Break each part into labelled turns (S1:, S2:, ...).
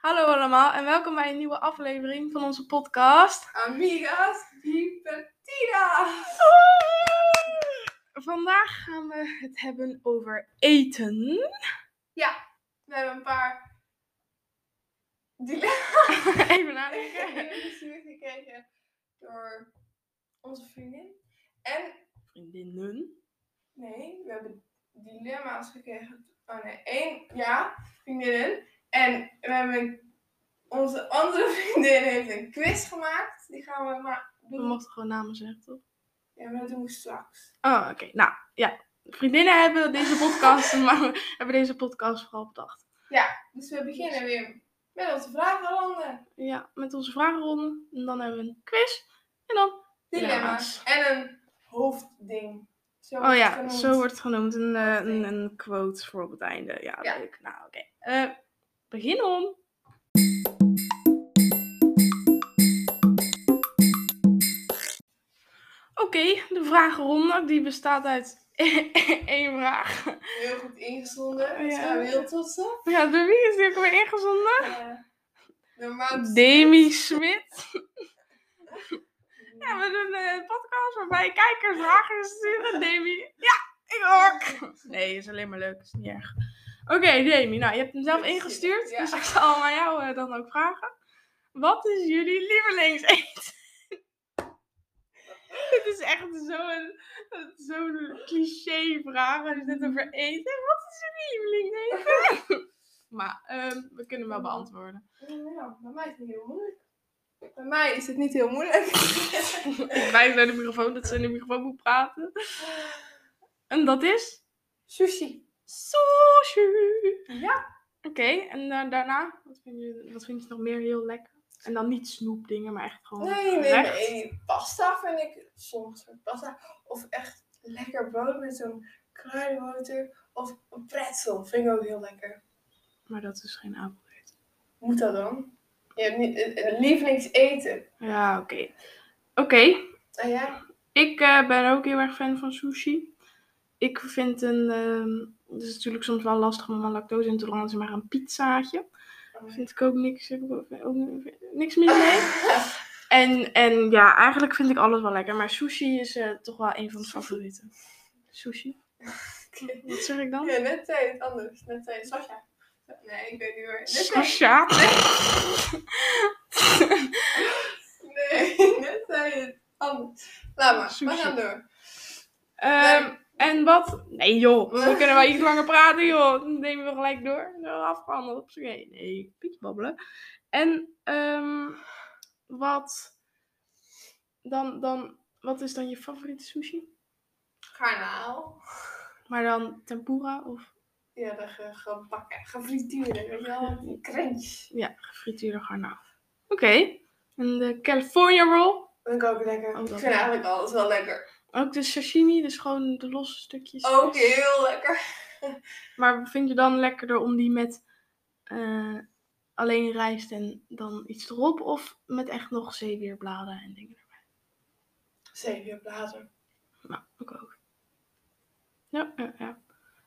S1: Hallo allemaal en welkom bij een nieuwe aflevering van onze podcast.
S2: Amigas divertidas!
S1: Vandaag gaan we het hebben over eten.
S2: We hebben een paar dilemma's
S1: Even nadenken.
S2: gestuurd gekregen door onze vriendin. En,
S1: Vriendinnen.
S2: nee, we hebben dilemma's gekregen. Oh nee, één, ja, vriendin. En we hebben, onze andere vriendin heeft een quiz gemaakt. Die gaan we maar
S1: We
S2: doen.
S1: mochten gewoon namen zeggen, toch?
S2: Ja, maar dat doen we straks.
S1: Oh, oké. Nou, ja. Vriendinnen hebben deze podcast, maar we hebben deze podcast vooral bedacht.
S2: Dus we beginnen weer met onze vragenronde.
S1: Ja, met onze vragenronde. En dan hebben we een quiz. En dan...
S2: Dilemma's. En een hoofdding. Zo
S1: Oh
S2: wordt het
S1: ja,
S2: genoemd.
S1: zo wordt het genoemd. Een, eh, een, een quote voor op het einde. Ja,
S2: Ja.
S1: leuk. Nou, oké. Eh, begin om. Oké, de vragenronde die bestaat uit één vraag.
S2: Heel goed ingezonden.
S1: Oh Ja.
S2: Daar zijn we heel trots op.
S1: Ja, door wie is die ook weer ingezonden?
S2: Eh, Normaal
S1: Demi Smit. Ja, we doen eh, een podcast waarbij kijkers vragen sturen. Demi. Ja, ik ook. Nee, is alleen maar leuk. Is niet erg. Oké, Demi. Nou, je hebt hem zelf
S2: Precies,
S1: ingestuurd.
S2: ja.
S1: Dus ik zal hem aan jou eh, dan ook vragen. Wat is jullie lievelingseten? Dit is echt zo'n zo'n cliché vraag als je het hebt over eten. Wat is jullie lievelingseten? maar ehm, we kunnen hem wel beantwoorden.
S2: Ja, bij mij is het niet heel moeilijk. Bij mij is het niet heel moeilijk.
S1: Ik wijs naar de microfoon dat ze in de microfoon moet praten. En dat is?
S2: Sushi.
S1: Sushi.
S2: Ja.
S1: Oké, en eh, daarna? Wat vind, je, wat vind je nog meer heel lekker? En dan niet snoepdingen, maar echt gewoon
S2: Nee, nee,
S1: gerecht.
S2: nee. Pasta vind ik soms soort pasta. Of echt lekker brood met zo'n kruidenboter. Of een pretzel vind ik ook heel lekker.
S1: Maar dat is geen appel.
S2: Moet dat dan? Je hebt niet, eh, eh, lievelingseten.
S1: Ja, oké. Oké,
S2: Ah ja?
S1: ik eh, ben ook heel erg fan van sushi. Ik vind een... ehm het is natuurlijk soms wel lastig om mijn lactose intolerant is, maar een pizzaatje. Vind ik ook niks, heb ik ook- ook niks meer mee. En, en ja, eigenlijk vind ik alles wel lekker. Maar sushi is eh, toch wel een van de favorieten. Sushi?
S2: Oké.
S1: Wat zeg ik dan?
S2: Ja, net zei je het anders. Net zei je Sasha. Nee, ik weet niet meer. Net zei je-
S1: Sasha?
S2: Nee, net zei je het anders. Laat maar, we
S1: Sushi.
S2: gaan door.
S1: Ehm, en wat? Nee joh, we kunnen wel iets langer praten joh. Dan nemen we gelijk door. Zo afgehandeld op z'n geen. Nee, beetje babbelen. En ehm, wat? Dan, dan, wat is dan je favoriete sushi?
S2: Garnaal.
S1: Maar dan tempura of
S2: Ja, de ge- gebakken, gefrituurde, weet je wel, die crunch.
S1: gefrituurde garnaal? Oké. En de California roll?
S2: Vind ik ook lekker.
S1: Oh,
S2: ik vind
S1: dat wel.
S2: eigenlijk alles wel lekker.
S1: Ook de sashimi, dus gewoon de losse stukjes.
S2: Ook heel lekker.
S1: Maar vind je dan lekkerder om die met eh, alleen rijst en dan iets erop? Of met echt nog zeewierbladen en dingen?
S2: Zeven uur later.
S1: Nou, ook ook. Ja, ja, ja.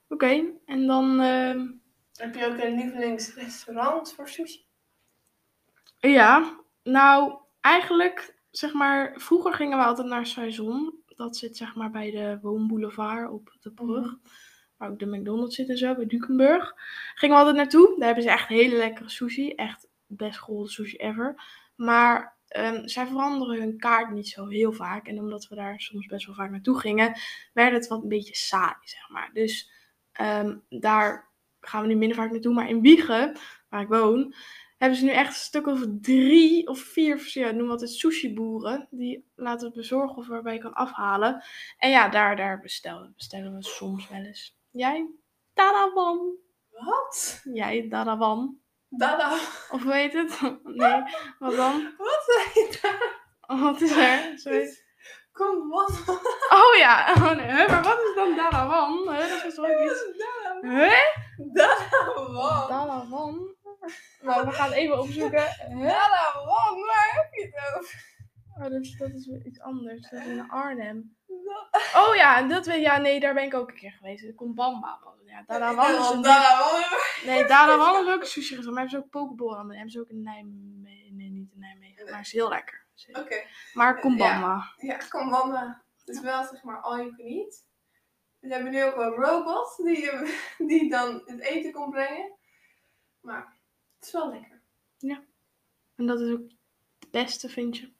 S1: Oké, en dan... ehm,
S2: Heb je ook een lievelingsrestaurant voor sushi?
S1: ja, nou, eigenlijk, zeg maar... Vroeger gingen we altijd naar Saison. Dat zit zeg maar bij de woonboulevard op de brug.
S2: Mhm.
S1: Waar ook de McDonald's zit en zo, bij Dukenburg. Gingen we altijd naartoe. Daar hebben ze echt hele lekkere sushi. Echt best golden sushi ever. Maar ehm, zij veranderen hun kaart niet zo heel vaak. En omdat we daar soms best wel vaak naartoe gingen, werd het wat een beetje saai, zeg maar. Dus ehm, daar gaan we nu minder vaak naartoe. Maar in Wiegen, waar ik woon, hebben ze nu echt een stuk of drie of vier, ja, noemen we altijd sushiboeren. Die laten het bezorgen of waarbij je kan afhalen. En ja, daar, daar bestellen, bestellen we soms wel eens. Jij? Dadawan.
S2: Wat?
S1: Jij, Dadawan.
S2: Dada.
S1: Of weet het? Nee, wat dan?
S2: Wat zei je daar?
S1: Wat is er? Sorry.
S2: Kom, wat?
S1: Oh ja, oh nee. hè, maar wat is dan Dadawan? Hè, Dat is toch ook iets.
S2: Dada.
S1: Hè?
S2: nou? Dada, wat?
S1: Dadawan? Nou, we gaan even opzoeken. Hè?
S2: Dada, wat? Waar heb je het over?
S1: Oh, dat, is- dat is weer iets anders. Dat is in Arnhem. Oh ja, dat weet Ja, nee, daar ben ik ook een keer geweest. Er komt Bamba. Ja, daarna was
S2: Dada Wallen.
S1: Nee, Dada Wallen is ook sushi restaurant. Maar hebben ze ook pokeball aan. Hebben ze ook in Nijmegen. Nee, niet in Nijmegen. Maar het is heel lekker. Dus, eh,
S2: Oké.
S1: Maar
S2: Ja.
S1: kom Bamba.
S2: Ja, kan wandelen. Het is wel zeg maar all you can eat. Ze hebben nu ook wel robots die, je- die dan het eten komt brengen. Maar het is wel lekker.
S1: En dat is ook het beste, vind je.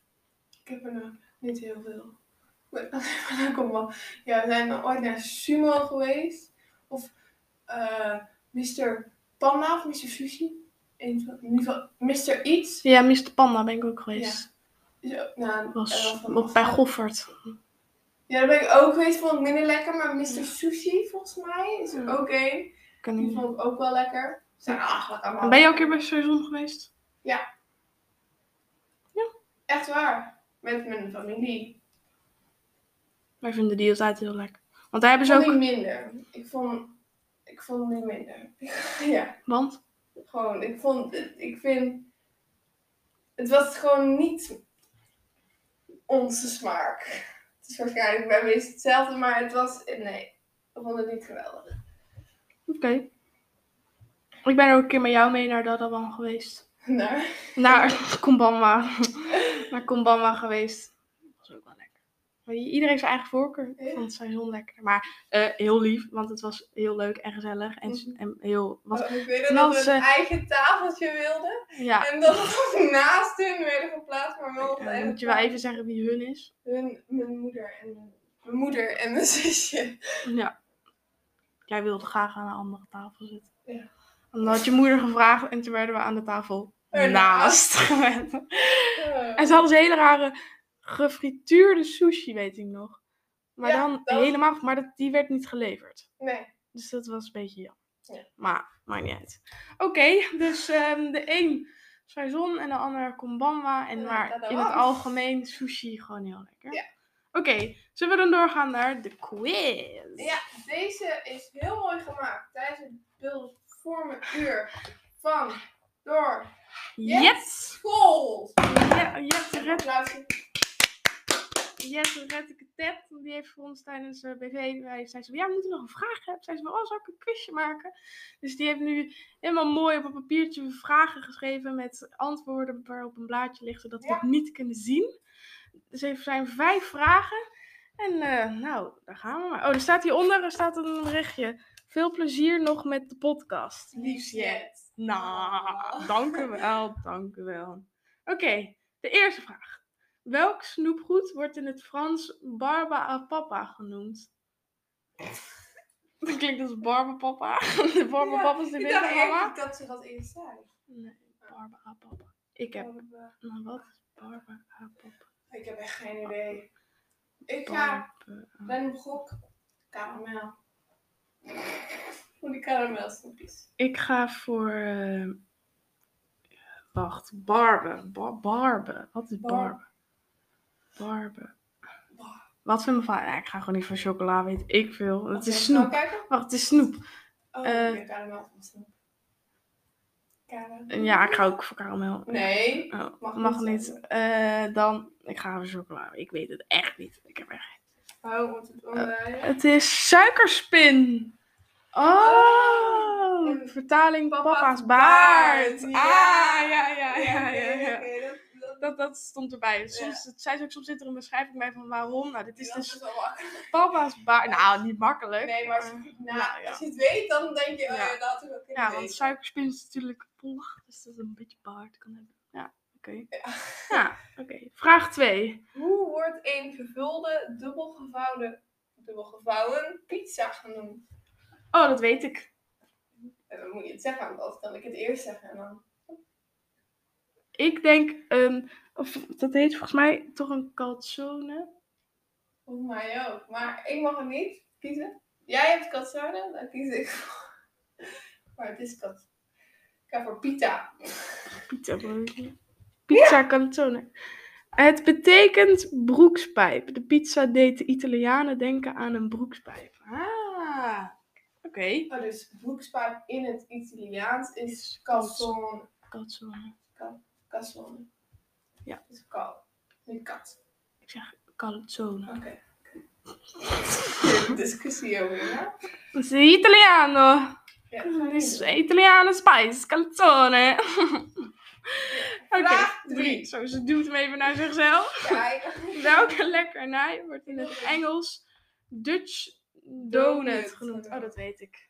S2: Ik heb er nog niet heel veel. Maar dat komt wel. Ja, we zijn ooit naar Sumo geweest. Of eh Mr. Panda of Mr. Sushi. Eén van- In ieder geval Mr. Iets.
S1: Ja, Mr. Panda ben ik ook geweest.
S2: Ja, nou, eh,
S1: Was
S2: van-
S1: op- bij Goffert.
S2: Ja, daar ben ik ook geweest. Vond ik minder lekker. Maar Mr. Sushi volgens mij is er
S1: Ja.
S2: ook één.
S1: Kan
S2: Die
S1: niet.
S2: vond ik ook wel lekker. Ze Zijn ah, eigenlijk allemaal.
S1: Ben je ook een keer bij Seizoen geweest?
S2: Echt waar. Met mijn familie.
S1: Wij vinden die altijd heel lekker. Want daar hebben
S2: Ik
S1: ze
S2: vond die
S1: ook...
S2: minder. Ik vond, ik vond die minder. ja,
S1: Want?
S2: gewoon. Ik vond, ik vind, het was gewoon niet onze smaak. Het is waarschijnlijk bij mij is het hetzelfde, maar het was, nee, ik vond het niet geweldig.
S1: Oké. Ik ben ook een keer met jou mee naar Dadawan geweest.
S2: Nou,
S1: Naar Kombamba. naar Kombamba geweest. Dat was ook wel lekker. Maar i- iedereen heeft zijn eigen voorkeur. Ik
S2: Ja.
S1: vond het seizoen lekker. Maar eh, heel lief, want het was heel leuk en gezellig. En, s-
S2: Mhm.
S1: en heel... Was,
S2: Oh, ik weet
S1: en
S2: dat
S1: als,
S2: we een
S1: eh,
S2: eigen tafeltje wilden.
S1: ja,
S2: En dat we naast hun werden geplaatst, maar wel op
S1: eh,
S2: eigen
S1: moet je wel even zeggen wie hun is.
S2: Hun, mijn moeder en mijn, mijn moeder en mijn zusje.
S1: Ja. Jij wilde graag aan een andere tafel zitten.
S2: Ja.
S1: En dan had je moeder gevraagd en toen werden we aan de tafel
S2: Ernaast.
S1: naast. gewend.
S2: Eh,
S1: en ze hadden ze hele rare gefrituurde sushi, weet ik nog. Maar
S2: Ja,
S1: dan
S2: dat-
S1: helemaal, maar dat, die werd niet geleverd.
S2: Nee.
S1: Dus dat was een beetje jammer.
S2: Ja.
S1: Maar maakt niet uit. Oké, dus ehm, de een saison en de ander kombamba. En
S2: Ja,
S1: maar
S2: dat
S1: in het
S2: was.
S1: algemeen sushi gewoon heel lekker.
S2: Ja.
S1: Oké, zullen we dan doorgaan naar de quiz?
S2: Ja, deze is heel mooi gemaakt tijdens het beeldvormenduur van door
S1: Yes! Yes!
S2: School.
S1: Ja, yes, red,
S2: Applausje.
S1: yes, red ik het tet. Die heeft voor ons tijdens eh, BV, wij zei ze, ja, we moeten nog een vraag hebben. Zei ze, oh, zal ik een quizje maken? Dus die heeft nu helemaal mooi op een papiertje vragen geschreven met antwoorden waarop een blaadje ligt, zodat we
S2: Ja.
S1: het niet kunnen zien. Dus er zijn vijf vragen. En eh, nou, daar gaan we maar. Oh, er staat hieronder er staat een berichtje. Veel plezier nog met de podcast.
S2: Liefst jet.
S1: Nou, dank u wel, dank u wel. Oké, de eerste vraag. Welk snoepgoed wordt in het Frans barba à papa genoemd? Dat klinkt als barba papa. De barba
S2: Ja,
S1: papa is de
S2: Ik
S1: witte
S2: dacht
S1: mama.
S2: eigenlijk dat ze dat eerst zei.
S1: Nee, barba à papa. Ik heb...
S2: Oh, eh,
S1: Nou, wat is barba à papa?
S2: Ik heb echt geen idee.
S1: Oh.
S2: Ik ga
S1: Barba...
S2: Ben Brok karamel. Voor die karamelsnoepjes.
S1: Ik ga voor... eh, Wacht, barbe. Ba- barbe. Wat is
S2: Bar-
S1: barbe? Barbe.
S2: Wow.
S1: Wat vindt mijn vader? Ja, ik ga gewoon niet voor chocola, weet ik veel. Het
S2: Oké,
S1: is
S2: gaan we
S1: snoep.
S2: kijken?
S1: Wacht, het is snoep.
S2: Oh,
S1: Eh.
S2: ik karamel van snoep. Karamel.
S1: En Ja, ik ga ook voor karamel.
S2: Nee.
S1: Oh, mag,
S2: Mag
S1: niet.
S2: niet.
S1: Eh, dan, ik ga voor chocola. Ik weet het echt niet. Ik heb echt...
S2: Oh, moet
S1: Eh,
S2: het omdraaien.
S1: Het is suikerspin. Oh!
S2: En
S1: vertaling
S2: papa's
S1: papa's baard.
S2: baard.
S1: Ah,
S2: Ja.
S1: ja, ja, ja,
S2: oké,
S1: ja. ja.
S2: oké, dat- dat-
S1: Dat, dat stond erbij. Soms, dat zei ze ook, soms zit er een beschrijving bij van waarom. Nou, dit is
S2: dat
S1: dus
S2: wel makkelijk.
S1: papa's baard. Nou, niet makkelijk.
S2: Nee, maar als
S1: Eh,
S2: je,
S1: nou, ja.
S2: als je het weet, dan denk je, oh
S1: Ja.
S2: ja, dat is ook in
S1: Ja, want suikerspin is natuurlijk pollig, dus dat is een beetje baard kan hebben. Ja, oké. Ja, oké. Vraag 2.
S2: Hoe wordt een vervulde, dubbelgevouwen, dubbelgevouwen pizza genoemd?
S1: Oh, dat weet ik.
S2: En dan moet je het zeggen, want anders kan ik het eerst zeggen. En dan...
S1: Ik denk een, of dat heet volgens mij toch een calzone.
S2: Volgens mij ook. Maar ik mag het niet kiezen. Jij hebt katzone, dan kies ik voor. Maar het is kat. Ik ga voor pita.
S1: Pizza broodje. Pizza calzone. Het betekent broekspijp. De pizza deed de Italianen denken aan een broekspijp. Ah, oké.
S2: Oh, dus broekspijp in het Italiaans is calzone.
S1: Calzone.
S2: Calzone.
S1: Ja.
S2: Dus kal. Niet kat.
S1: Ik zeg calzone.
S2: Oké. discussie over, ja?
S1: Sì, italiano.
S2: Ja.
S1: Is- Italiano spice, calzone. Oké,
S2: Vraag
S1: drie.
S2: drie.
S1: Zo, ze duwt hem even naar zichzelf.
S2: Ja, ik-
S1: Welke lekkernij wordt in het Engels Dutch donut
S2: Donut.
S1: genoemd? Oh, dat weet ik.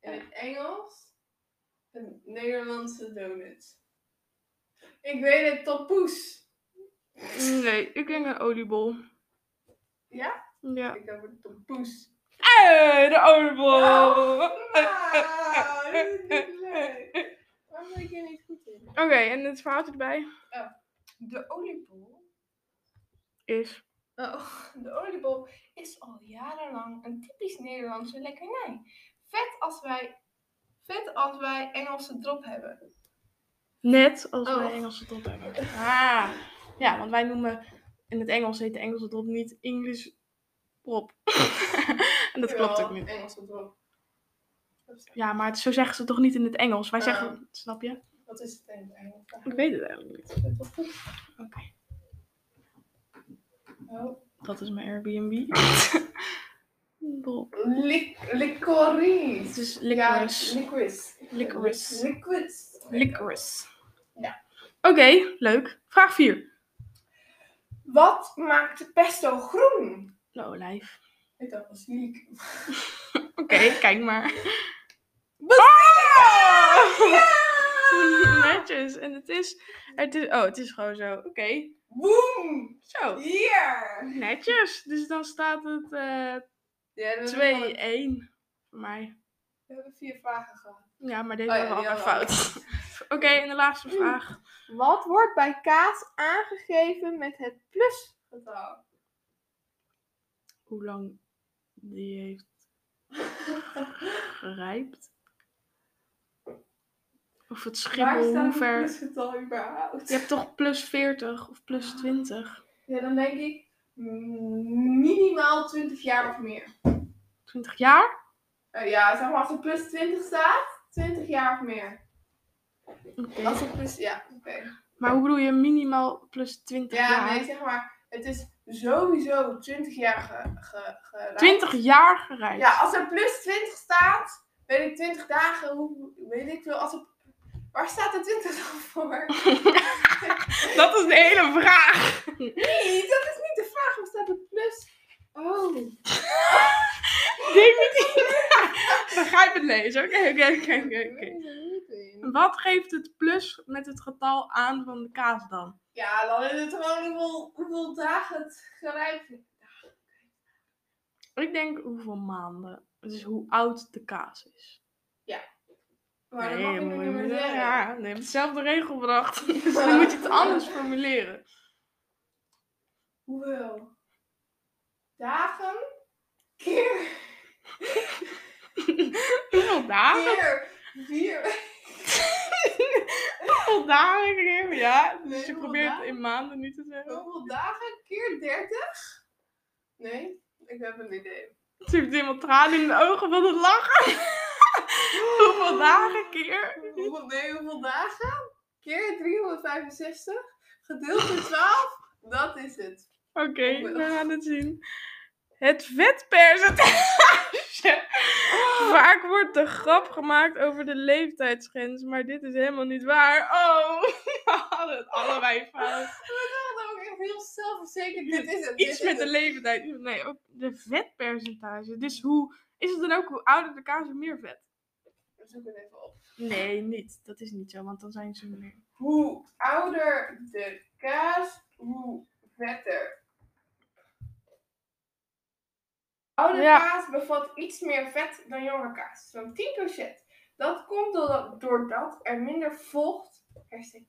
S2: In het Engels? Een Nederlandse donut. Ik weet het, toppoes.
S1: Nee, ik denk een oliebol.
S2: Ja?
S1: Ja.
S2: Ik heb een toppoes.
S1: Eh, de oliebol. Oh.
S2: Wauw, dit is niet Ah, leuk. Waarom ben ik hier niet goed in?
S1: Oké, en het verhaaltje erbij
S2: De oliebol
S1: is...
S2: Oh, de oliebol is al jarenlang een typisch Nederlandse lekkernij. Vet als wij, vet als wij Engelse drop hebben.
S1: Net als
S2: Oh.
S1: wij Engelse dop hebben. Ah. Ja, want wij noemen... In het Engels heet de Engelse dop niet English prop. en dat klopt ook
S2: Jawel,
S1: niet.
S2: Engelse drop.
S1: Ja, maar het- zo zeggen ze het toch niet in het Engels? Wij
S2: Ah.
S1: zeggen... Snap je?
S2: Wat is het in het Engels?
S1: Ik weet het eigenlijk niet. Oké.
S2: Oh.
S1: Dat is mijn Airbnb. Dop.
S2: Lik- licorice.
S1: Het is
S2: Ja,
S1: licorice.
S2: licorice.
S1: Licorice.
S2: Liquids.
S1: Licorice.
S2: Ja.
S1: Oké, leuk. Vraag 4.
S2: Wat maakt de pesto groen?
S1: De olijf.
S2: Ik dacht basilicum.
S1: Oké, kijk maar.
S2: Ja!
S1: Netjes. En het is, het is... Oh, het is gewoon zo. Oké.
S2: Boom!
S1: Zo.
S2: Hier!
S1: Netjes. Dus dan staat het eh,
S2: Ja, we
S1: 2-1
S2: hebben-
S1: voor mij.
S2: We hebben vier vragen gehad.
S1: Ja, maar deze
S2: Oh ja,
S1: hebben we
S2: die
S1: altijd
S2: hadden we Mm.
S1: fout. Oké, en de laatste vraag.
S2: Wat wordt bij kaas aangegeven met het plusgetal?
S1: Hoe lang die heeft gerijpt? Of het
S2: Waar
S1: schimmel, hoe
S2: staat het
S1: ver...
S2: plusgetal überhaupt?
S1: Je hebt toch plus 40 of
S2: Ah.
S1: plus 20?
S2: Ja, dan denk ik mm, minimaal 20 jaar of meer.
S1: 20 jaar?
S2: Eh, ja, zeg maar als er plus 20 staat, 20 jaar of meer.
S1: Oké.
S2: Als er plus, ja, oké.
S1: Maar hoe bedoel je minimaal plus 20
S2: Ja,
S1: jaar?
S2: nee, zeg maar, het is sowieso 20 jaar ge, ge, geraakt.
S1: 20 jaar gerijpt.
S2: Ja, als er plus 20 staat, weet ik 20 dagen, hoe, weet ik veel, als er... Waar staat de 20 dan voor?
S1: Dat is de hele vraag.
S2: Nee, dat is niet de vraag. Waar staat de plus? Oh.
S1: Definitief. Begrijp het lezen. Oké, oké, oké, oké, oké. Wat geeft het plus met het getal aan van de kaas dan?
S2: Ja, dan is het gewoon hoeveel, hoeveel dagen het gerijpt is.
S1: Ik denk hoeveel maanden. Dus hoe oud de kaas is.
S2: Maar dat mag ik nu niet meer zeggen.
S1: Ja, nee, je hebt dezelfde regel bedacht. Dus dan moet je het anders formuleren.
S2: Hoeveel dagen keer,
S1: Hoeveel dagen?
S2: keer vier.
S1: Hoeveel dagen? Kim? Ja, dus
S2: Nee,
S1: je
S2: hoeveel
S1: probeert het
S2: dagen?
S1: in maanden nu te zeggen.
S2: Hoeveel dagen keer 30? Nee, ik heb een idee.
S1: Ze heeft helemaal tranen in de ogen van het lachen. Hoeveel dagen keer?
S2: Hoeveel, nee, hoeveel dagen? Keer 365 gedeeld door 12, dat is het.
S1: Oké,
S2: Hoeveel?
S1: we gaan het zien. Het vetpercentage. Vaak wordt de grap gemaakt over de leeftijdsgrens, maar dit is helemaal niet waar. Oh, we hadden het allebei fout.
S2: Ik had ook echt heel zelfverzekerd, dit is het. dit
S1: Iets
S2: is
S1: met de
S2: het.
S1: leeftijd. Nee, ook de vetpercentage. Dus hoe is het dan ook hoe ouder de kaas, hoe meer vet?
S2: We zoeken het even op.
S1: Nee, niet. Dat is niet zo, want dan zijn ze meer.
S2: Hoe ouder de kaas, hoe vetter. Oude
S1: Ja.
S2: kaas bevat iets meer vet dan jonge kaas, zo'n 10%. Dat komt doordat- doordat er minder vocht, herstel,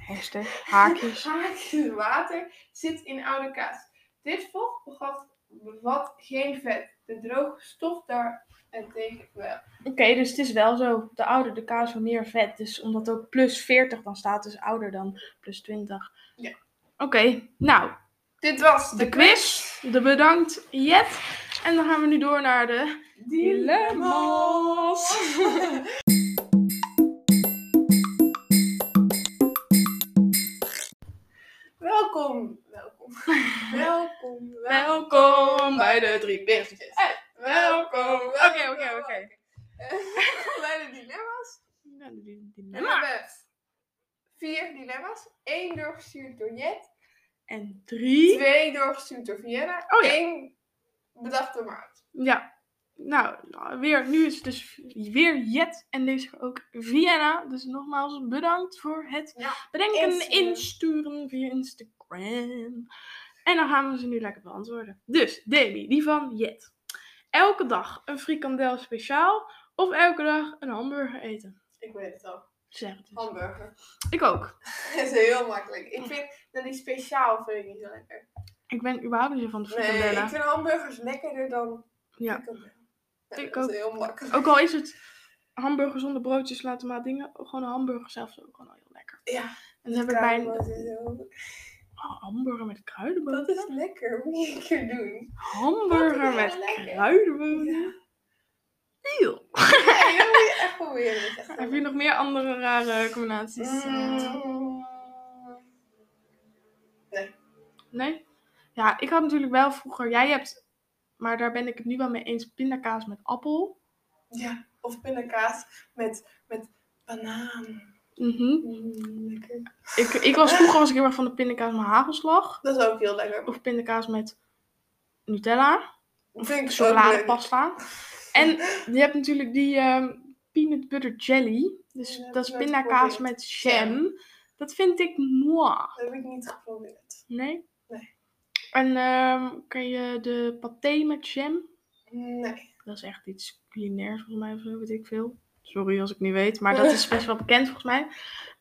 S1: Hashtag haakjes.
S2: haakjes water zit in oude kaas. Dit vocht bevat, bevat geen vet. De droge stof daar en tegen wel.
S1: Oké, dus het is wel zo. De ouder de kaas, hoe meer vet. Dus omdat ook plus 40 dan staat, dus ouder dan plus 20.
S2: Ja.
S1: Oké, nou,
S2: Dit was
S1: de quiz. De bedankt, Jet. En dan gaan we nu door naar de dilemma's.
S2: Welkom, welkom Welkom, Eh, welkom.
S1: Welkom bij de drie beertjes.
S2: Welkom.
S1: Oké, oké, oké.
S2: Eh, Bij de dilemma's.
S1: Nou, die- die
S2: We
S1: nummer.
S2: hebben vier dilemma's. Eén doorgestuurd door Jet.
S1: En drie.
S2: Twee doorgestuurd door Vienna.
S1: Oh ja.
S2: Eén bedacht door Maat.
S1: Ja. Nou, weer, nu is het dus weer Jet en deze keer ook Vienna. Dus nogmaals bedankt voor het
S2: Ja,
S1: bedenken en
S2: insturen.
S1: insturen via Instagram. En dan gaan we ze nu lekker beantwoorden. Dus, Demi, die van Jet. Elke dag een frikandel speciaal of elke dag een hamburger eten?
S2: Ik weet het al.
S1: Zeg het eens.
S2: Hamburger.
S1: Ik ook.
S2: Dat is heel makkelijk. Ik vind dat die speciaal vind ik niet zo lekker.
S1: Ik ben überhaupt niet zo van de
S2: Nee,
S1: frikandellen.
S2: ik vind hamburgers lekkerder dan
S1: Ja.
S2: frikandel. Ja,
S1: Ik
S2: dat
S1: ook.
S2: is heel makkelijk.
S1: Ook al is het hamburger zonder broodjes, laten maar dingen. Gewoon een hamburger zelf is ook gewoon al heel lekker.
S2: Ja,
S1: En dan heb ik bij een
S2: kruidenboter is heel-
S1: oh, hamburger met
S2: Dat
S1: kruidenboter.
S2: is lekker. Moet je een keer doen.
S1: Hamburger
S2: Wat
S1: met
S2: lekker.
S1: kruidenboter. Eeuw.
S2: Ja, dat moet je echt proberen. Dat is echt
S1: Heb je nog meer andere rare combinaties? eh?
S2: Mm.
S1: Nee? Ja, ik had natuurlijk wel vroeger. Jij hebt, maar daar ben ik het nu wel mee eens. Pindakaas met appel.
S2: Ja, of pindakaas met, met banaan.
S1: Mhm.
S2: Mm, lekker.
S1: Ik, ik was vroeger was ik heel erg van de pindakaas met hagelslag.
S2: Dat is ook heel lekker.
S1: Of pindakaas met Nutella.
S2: Vind ik ook
S1: chocoladepasta. En je hebt natuurlijk die ehm, peanut butter jelly. Dus
S2: Ja, dat
S1: dat is
S2: heb ik
S1: pindakaas
S2: geprobeerd.
S1: met jam. Dat vind ik mooi.
S2: leuk. Dat heb ik niet geprobeerd.
S1: Nee?
S2: Nee.
S1: En ehm kan je de paté met jam?
S2: Nee.
S1: Dat is echt iets culinairs volgens mij of zo, weet ik veel. Sorry als ik niet weet, maar dat is best wel bekend volgens mij.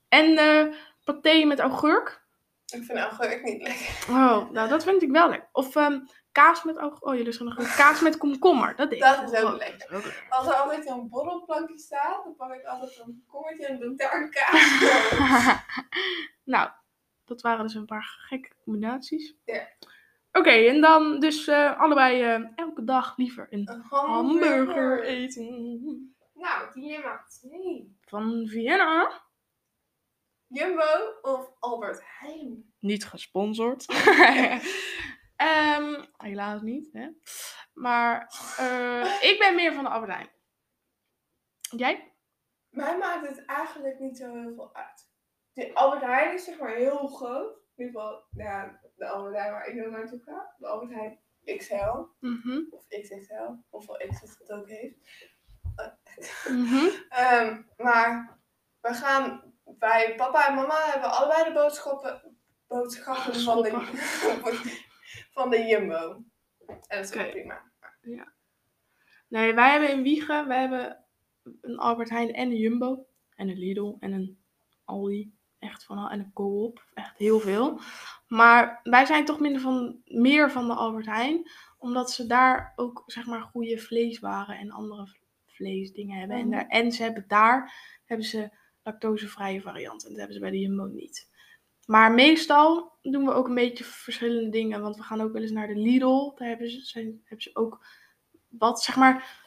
S1: En eh paté met augurk.
S2: Ik vind augurk niet lekker.
S1: Oh, nou dat vind ik wel lekker. Of ehm, kaas met augurk. Oh, jullie zijn nog goed. Kaas met komkommer. Dat, deed ik
S2: Dat is
S1: vroeger
S2: ook
S1: Dat is
S2: lekker.
S1: ook lekker.
S2: Als er altijd een borrelplankje staat, dan pak ik altijd een kommertje en doe ik daar een kaas door.
S1: nou, dat waren dus een paar gekke combinaties.
S2: Ja.
S1: Oké, en dan dus eh, allebei eh, elke dag liever een
S2: Een
S1: hamburger eten.
S2: Nou, dilemma 2.
S1: Van Vienna.
S2: Jumbo of Albert Heijn?
S1: Niet gesponsord. Ehm, helaas niet, hè. Maar eh, ik ben meer van de Albert Heijn. Jij?
S2: Mij maakt het eigenlijk niet zo heel veel uit. De Albert Heijn is zeg maar heel groot. In ieder geval, nou ja, de Albert Heijn waar ik dan naartoe ga. De Albert Heijn XL.
S1: Mhm.
S2: Of XXL. Hoeveel X's het ook heeft.
S1: mhm.
S2: Ehm, maar we gaan bij papa en mama hebben allebei de boodschappen, boodschappen van, de, van de Jumbo. En dat is
S1: Oké.
S2: ook prima.
S1: Nee, wij hebben in Wiegen, wij hebben een Albert Heijn en een Jumbo. En een Lidl en een Aldi. Echt van al- en een co-op. Echt heel veel. Maar wij zijn toch minder van, meer van de Albert Heijn. Omdat ze daar ook zeg maar goede vleeswaren en andere v- vleesdingen hebben. En,
S2: Mhm.
S1: daar, en ze hebben daar hebben ze lactosevrije varianten. En dat hebben ze bij de Jumbo niet. Maar meestal doen we ook een beetje verschillende dingen. Want we gaan ook wel eens naar de Lidl. Daar hebben ze, zijn, hebben ze ook wat, zeg maar.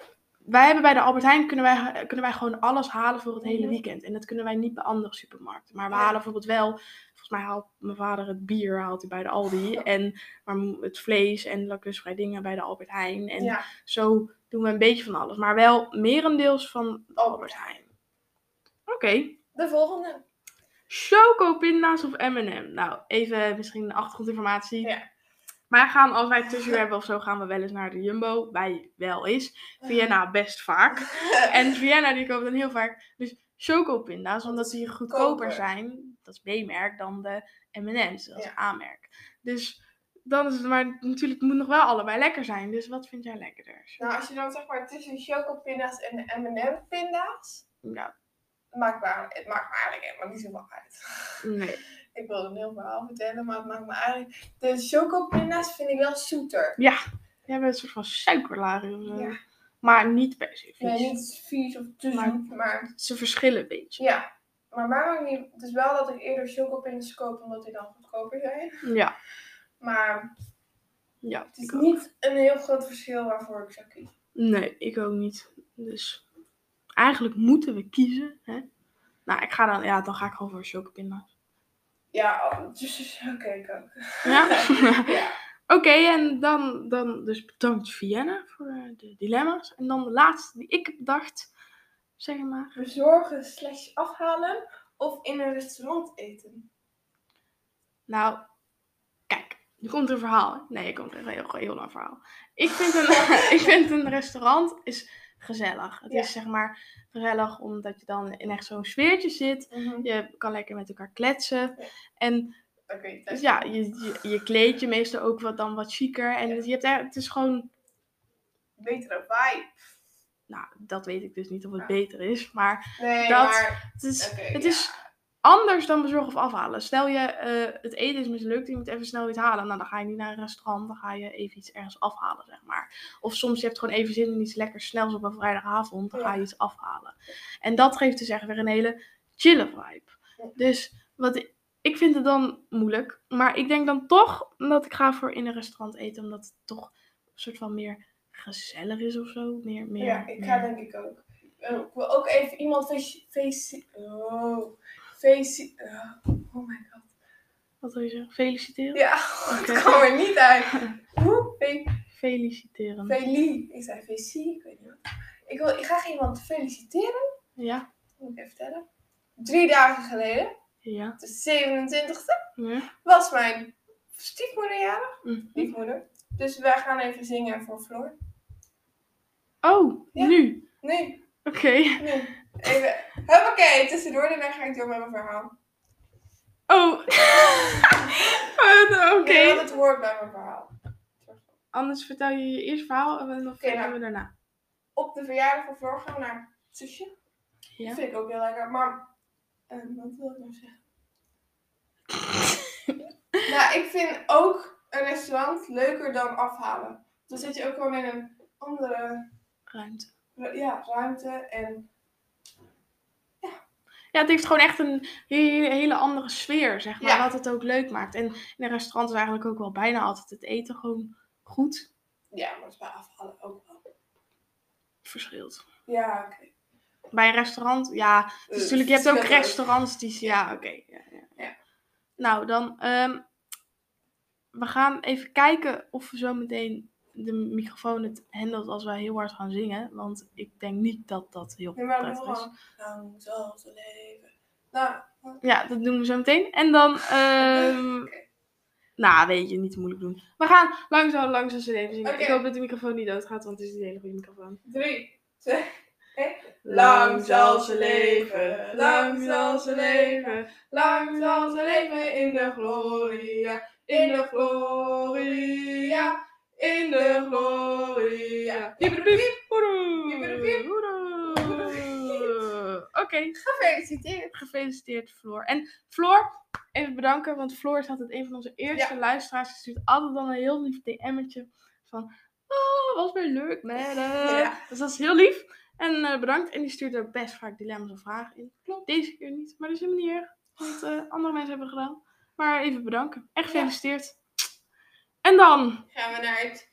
S1: Wij hebben bij de Albert Heijn kunnen wij, kunnen wij gewoon alles halen voor het hele
S2: Mhm.
S1: weekend. En dat kunnen wij niet bij andere supermarkten. Maar we
S2: Ja.
S1: halen bijvoorbeeld wel. Volgens mij haalt mijn vader het bier haalt hij bij de Aldi. En maar het vlees en lactosevrij dingen bij de Albert Heijn. En
S2: ja,
S1: zo doen we een beetje van alles. Maar wel merendeels van de Albert Heijn. Oké.
S2: Oh, de volgende.
S1: Chocopinda's of M&M? Nou, even misschien achtergrondinformatie.
S2: Ja.
S1: Wij gaan, als wij tussenuur hebben of zo, gaan we wel eens naar de Jumbo. Wij wel eens. Vienna best vaak. En Vienna die koopt dan heel vaak dus chocopinda's, omdat die goedkoper
S2: Goedkoper.
S1: zijn. Dat is B-merk dan de M&M's, dat is
S2: Ja.
S1: A-merk. Dus dan is het, maar natuurlijk het moet nog wel allebei lekker zijn. Dus wat vind jij lekkerder?
S2: Nou, als je dan zeg maar tussen chocopinda's en de M&M-pinda's,
S1: Ja,
S2: maakt me, eigenlijk- het maakt me eigenlijk helemaal niet zoveel uit.
S1: nee.
S2: Ik wil een heel verhaal vertellen, maar het maakt me eigenlijk... De chocopinda's vind ik wel zoeter.
S1: Ja, we hebben een soort van suikerlaag. of zo.
S2: Ja.
S1: Maar niet per se vies.
S2: Nee, niet vies of te
S1: Maar-
S2: zoet, maar
S1: Ze verschillen een beetje.
S2: Ja, maar mij maakt niet... Het is wel dat ik eerder chocopins koop, omdat die dan goedkoper zijn.
S1: Ja,
S2: Maar
S1: ja.
S2: het is
S1: ik ook.
S2: niet een heel groot verschil waarvoor ik zou kiezen.
S1: Nee, ik ook niet. Dus eigenlijk moeten we kiezen. Hè? Nou, ik ga dan, ja, dan ga ik gewoon voor chocopinda.
S2: Ja, oh, dus, dus, oké, ik ook.
S1: Ja?
S2: Ja.
S1: Oké, en dan, dan dus bedankt Vienna voor eh, de dilemma's. En dan de laatste die ik heb bedacht. Zeg het maar.
S2: Bezorgen slash afhalen of in een restaurant eten?
S1: Nou, kijk, nu komt een verhaal. hè. Nee, er komt echt een heel, heel lang verhaal. Ik vind een, ik vind een restaurant is gezellig. Het
S2: Ja.
S1: is zeg maar gezellig omdat je dan in echt zo'n sfeertje zit. Je kan lekker met elkaar kletsen.
S2: Ja.
S1: En
S2: Oké, okay,
S1: dus ja, je, je, je kleed je meestal ook wat, dan wat chiquer. En
S2: Ja.
S1: je hebt, echt- het is gewoon,
S2: betere vibe.
S1: nou, dat weet ik dus niet of het
S2: Ja.
S1: beter is. Maar
S2: Nee,
S1: Dat-
S2: maar...
S1: het is,
S2: Oké,
S1: het
S2: ja.
S1: is anders dan bezorgen of afhalen. Stel je, eh, het eten is mislukt, je moet even snel iets halen. Nou, dan ga je niet naar een restaurant, dan ga je even iets ergens afhalen, zeg maar. Of soms je hebt gewoon even zin in iets lekkers snels op een vrijdagavond, dan
S2: Ja.
S1: ga je iets afhalen. En dat geeft dus echt weer een hele
S2: Ja.
S1: chille vibe. Dus wat i- ik vind het dan moeilijk, maar ik denk dan toch dat ik ga voor in een restaurant eten, omdat het toch een soort van meer gezellig is of zo. Meer, meer,
S2: ja, ik ga
S1: meer-
S2: denk ik ook. Eh, Ik wil ook even iemand feliciteren. Felici oh, felici eh, oh my god.
S1: Wat wil je zeggen? Feliciteren?
S2: Ja,
S1: Oké.
S2: het kwam er niet uit. Hoe? Fe-
S1: Feliciteren.
S2: Feli. Ik zei Feli, ik weet niet wat. Ik, wil, ik ga iemand feliciteren.
S1: ja?
S2: Moet ik even tellen. Drie dagen geleden,
S1: Ja.
S2: de 27e,
S1: Ja.
S2: was mijn stiefmoederjarig.
S1: Mhm.
S2: Stiefmoeder. Dus wij gaan even zingen voor Floor.
S1: Oh,
S2: Ja.
S1: nu.
S2: Nee,
S1: Oké.
S2: nee. Even. Hoppakee, tussendoor. Daarna ga ik door met mijn verhaal.
S1: Oh. Wat, Oké.
S2: Oké. want het hoort bij mijn verhaal.
S1: Anders vertel je je eerst verhaal en dan vertellen
S2: nou.
S1: we daarna.
S2: Op de verjaardag van Floor gaan we naar Sushi.
S1: Ja.
S2: Dat vind ik ook heel lekker. Maar, ehm, wat wil ik nou zeggen? nou, ik vind ook een restaurant leuker dan afhalen. Dan zit je ook gewoon in een andere
S1: Ruimte.
S2: ru- ja, ruimte. En
S1: Ja, het heeft gewoon echt een hele, hele andere sfeer, zeg maar.
S2: Ja.
S1: Wat het ook leuk maakt. En in een restaurant is eigenlijk ook wel bijna altijd het eten gewoon goed
S2: ja, maar dat is bij afhalen ook wel.
S1: verschilt.
S2: Ja, oké.
S1: Bij een restaurant, ja, het is Dus natuurlijk, je hebt ook
S2: Verschillend.
S1: restaurants die... Ja, oké. Ja, ja, ja.
S2: Dus Ja.
S1: Nou, dan... ehm, we gaan even kijken of we zo meteen de microfoon het handelt als wij heel hard gaan zingen. Want ik denk niet dat dat heel
S2: Nee, maar dan
S1: prettig
S2: doen we
S1: is.
S2: gewoon, lang zal ze leven. Nou,
S1: Ja, dat doen we zo meteen. En dan... ehm,
S2: Oké.
S1: Nou, weet je, niet te moeilijk doen. We gaan langzaam, langzaam zo even zingen.
S2: Oké.
S1: Ik hoop dat de microfoon niet doodgaat, want het is een hele goede microfoon.
S2: drie, twee. Lang zal ze leven, lang zal ze leven, lang zal ze leven in de gloria, in de gloria, in de gloria. Hippiepiep.
S1: Hoeroe. Hoeroe. Oké,
S2: Gefeliciteerd.
S1: gefeliciteerd Floor. En Floor, even bedanken, want Floor is altijd een van onze eerste luisteraars. Ze stuurt altijd dan een heel lief DM'tje van, oh, was weer leuk, man.
S2: Ja.
S1: Dus dat is heel lief. En eh, bedankt. En die stuurt ook best vaak dilemma's of vragen in. Klopt. Deze keer niet, maar dat is helemaal niet erg. Want eh, andere mensen hebben het gedaan. Maar even bedanken. Echt
S2: Ja.
S1: gefeliciteerd. En dan,
S2: Gaan we naar het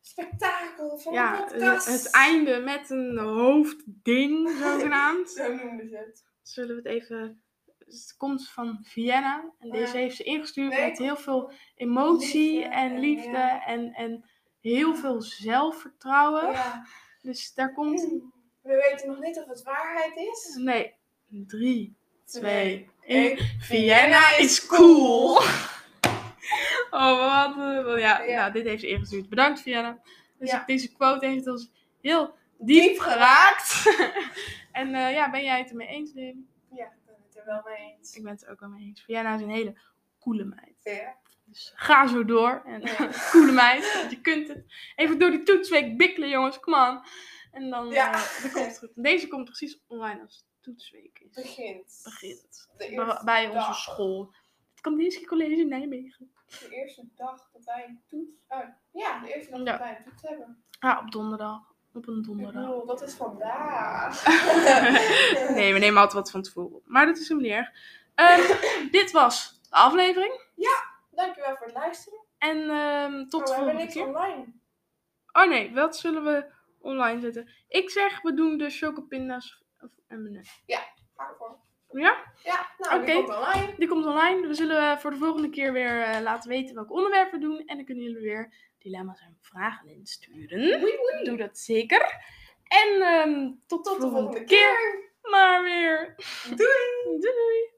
S2: spektakel van de
S1: ja,
S2: podcast.
S1: het, het einde met een hoofdding, zogenaamd.
S2: Zo noemden ze het.
S1: zullen we het even. Het komt van Vienna. En
S2: Oh, Ja.
S1: deze heeft ze ingestuurd
S2: Nee.
S1: met heel veel emotie
S2: Liefde
S1: en
S2: en-
S1: liefde.
S2: ja.
S1: En, en heel veel zelfvertrouwen.
S2: Ja.
S1: Dus daar komt.
S2: We weten nog niet of het waarheid is.
S1: Nee, drie, twee,
S2: één.
S1: één. Vienna is cool! Oh, wat. een- wat- ja,
S2: Ja.
S1: Nou, dit heeft ze ingestuurd. Bedankt, Vienna. Dus
S2: Ja.
S1: deze quote heeft ons heel
S2: Diep
S1: diep
S2: geraakt.
S1: geraakt. en eh, ja, ben jij het ermee eens, Demi?
S2: Ja, ik ben het er wel mee eens.
S1: Ik ben het er ook wel mee eens. Vienna is een hele coole meid.
S2: Ja.
S1: Dus ga zo door. En
S2: Ja.
S1: koele meid, want je kunt het. Even door die toetsweek bikkelen, jongens, kom aan. En dan,
S2: Ja.
S1: eh, dan komt het goed. En deze komt precies online als toetsweek is.
S2: Begint.
S1: Begint.
S2: De
S1: Bij-
S2: eerste
S1: Bij onze
S2: dag.
S1: school. Het Kandinsky College in Nijmegen.
S2: De eerste dag dat wij een toets... Oh, ja, de eerste dag
S1: Ja.
S2: dat wij een toets hebben.
S1: Ja, op donderdag. Op een
S2: Ik
S1: donderdag.
S2: bedoel, dat is vandaag.
S1: nee, we nemen altijd wat van tevoren op. Maar dat is hem niet erg. Ehm, dit was de aflevering.
S2: Dankjewel voor het luisteren.
S1: En ehm, tot
S2: Oh,
S1: de
S2: we hebben
S1: volgende
S2: niks
S1: keer.
S2: online.
S1: Oh nee, wat zullen we online zetten? Ik zeg, we doen de chocopinda's of M&M's.
S2: Ga ik voor.
S1: Ja?
S2: Ja, nou. Nou, die
S1: Oké.
S2: komt online.
S1: Die komt online. We zullen eh, voor de volgende keer weer eh, laten weten welke onderwerpen we doen. En dan kunnen jullie weer dilemma's en vragen insturen. Doe dat zeker. En ehm, tot,
S2: Tot de volgende
S1: keer. Maar weer.
S2: Doei!
S1: Doei.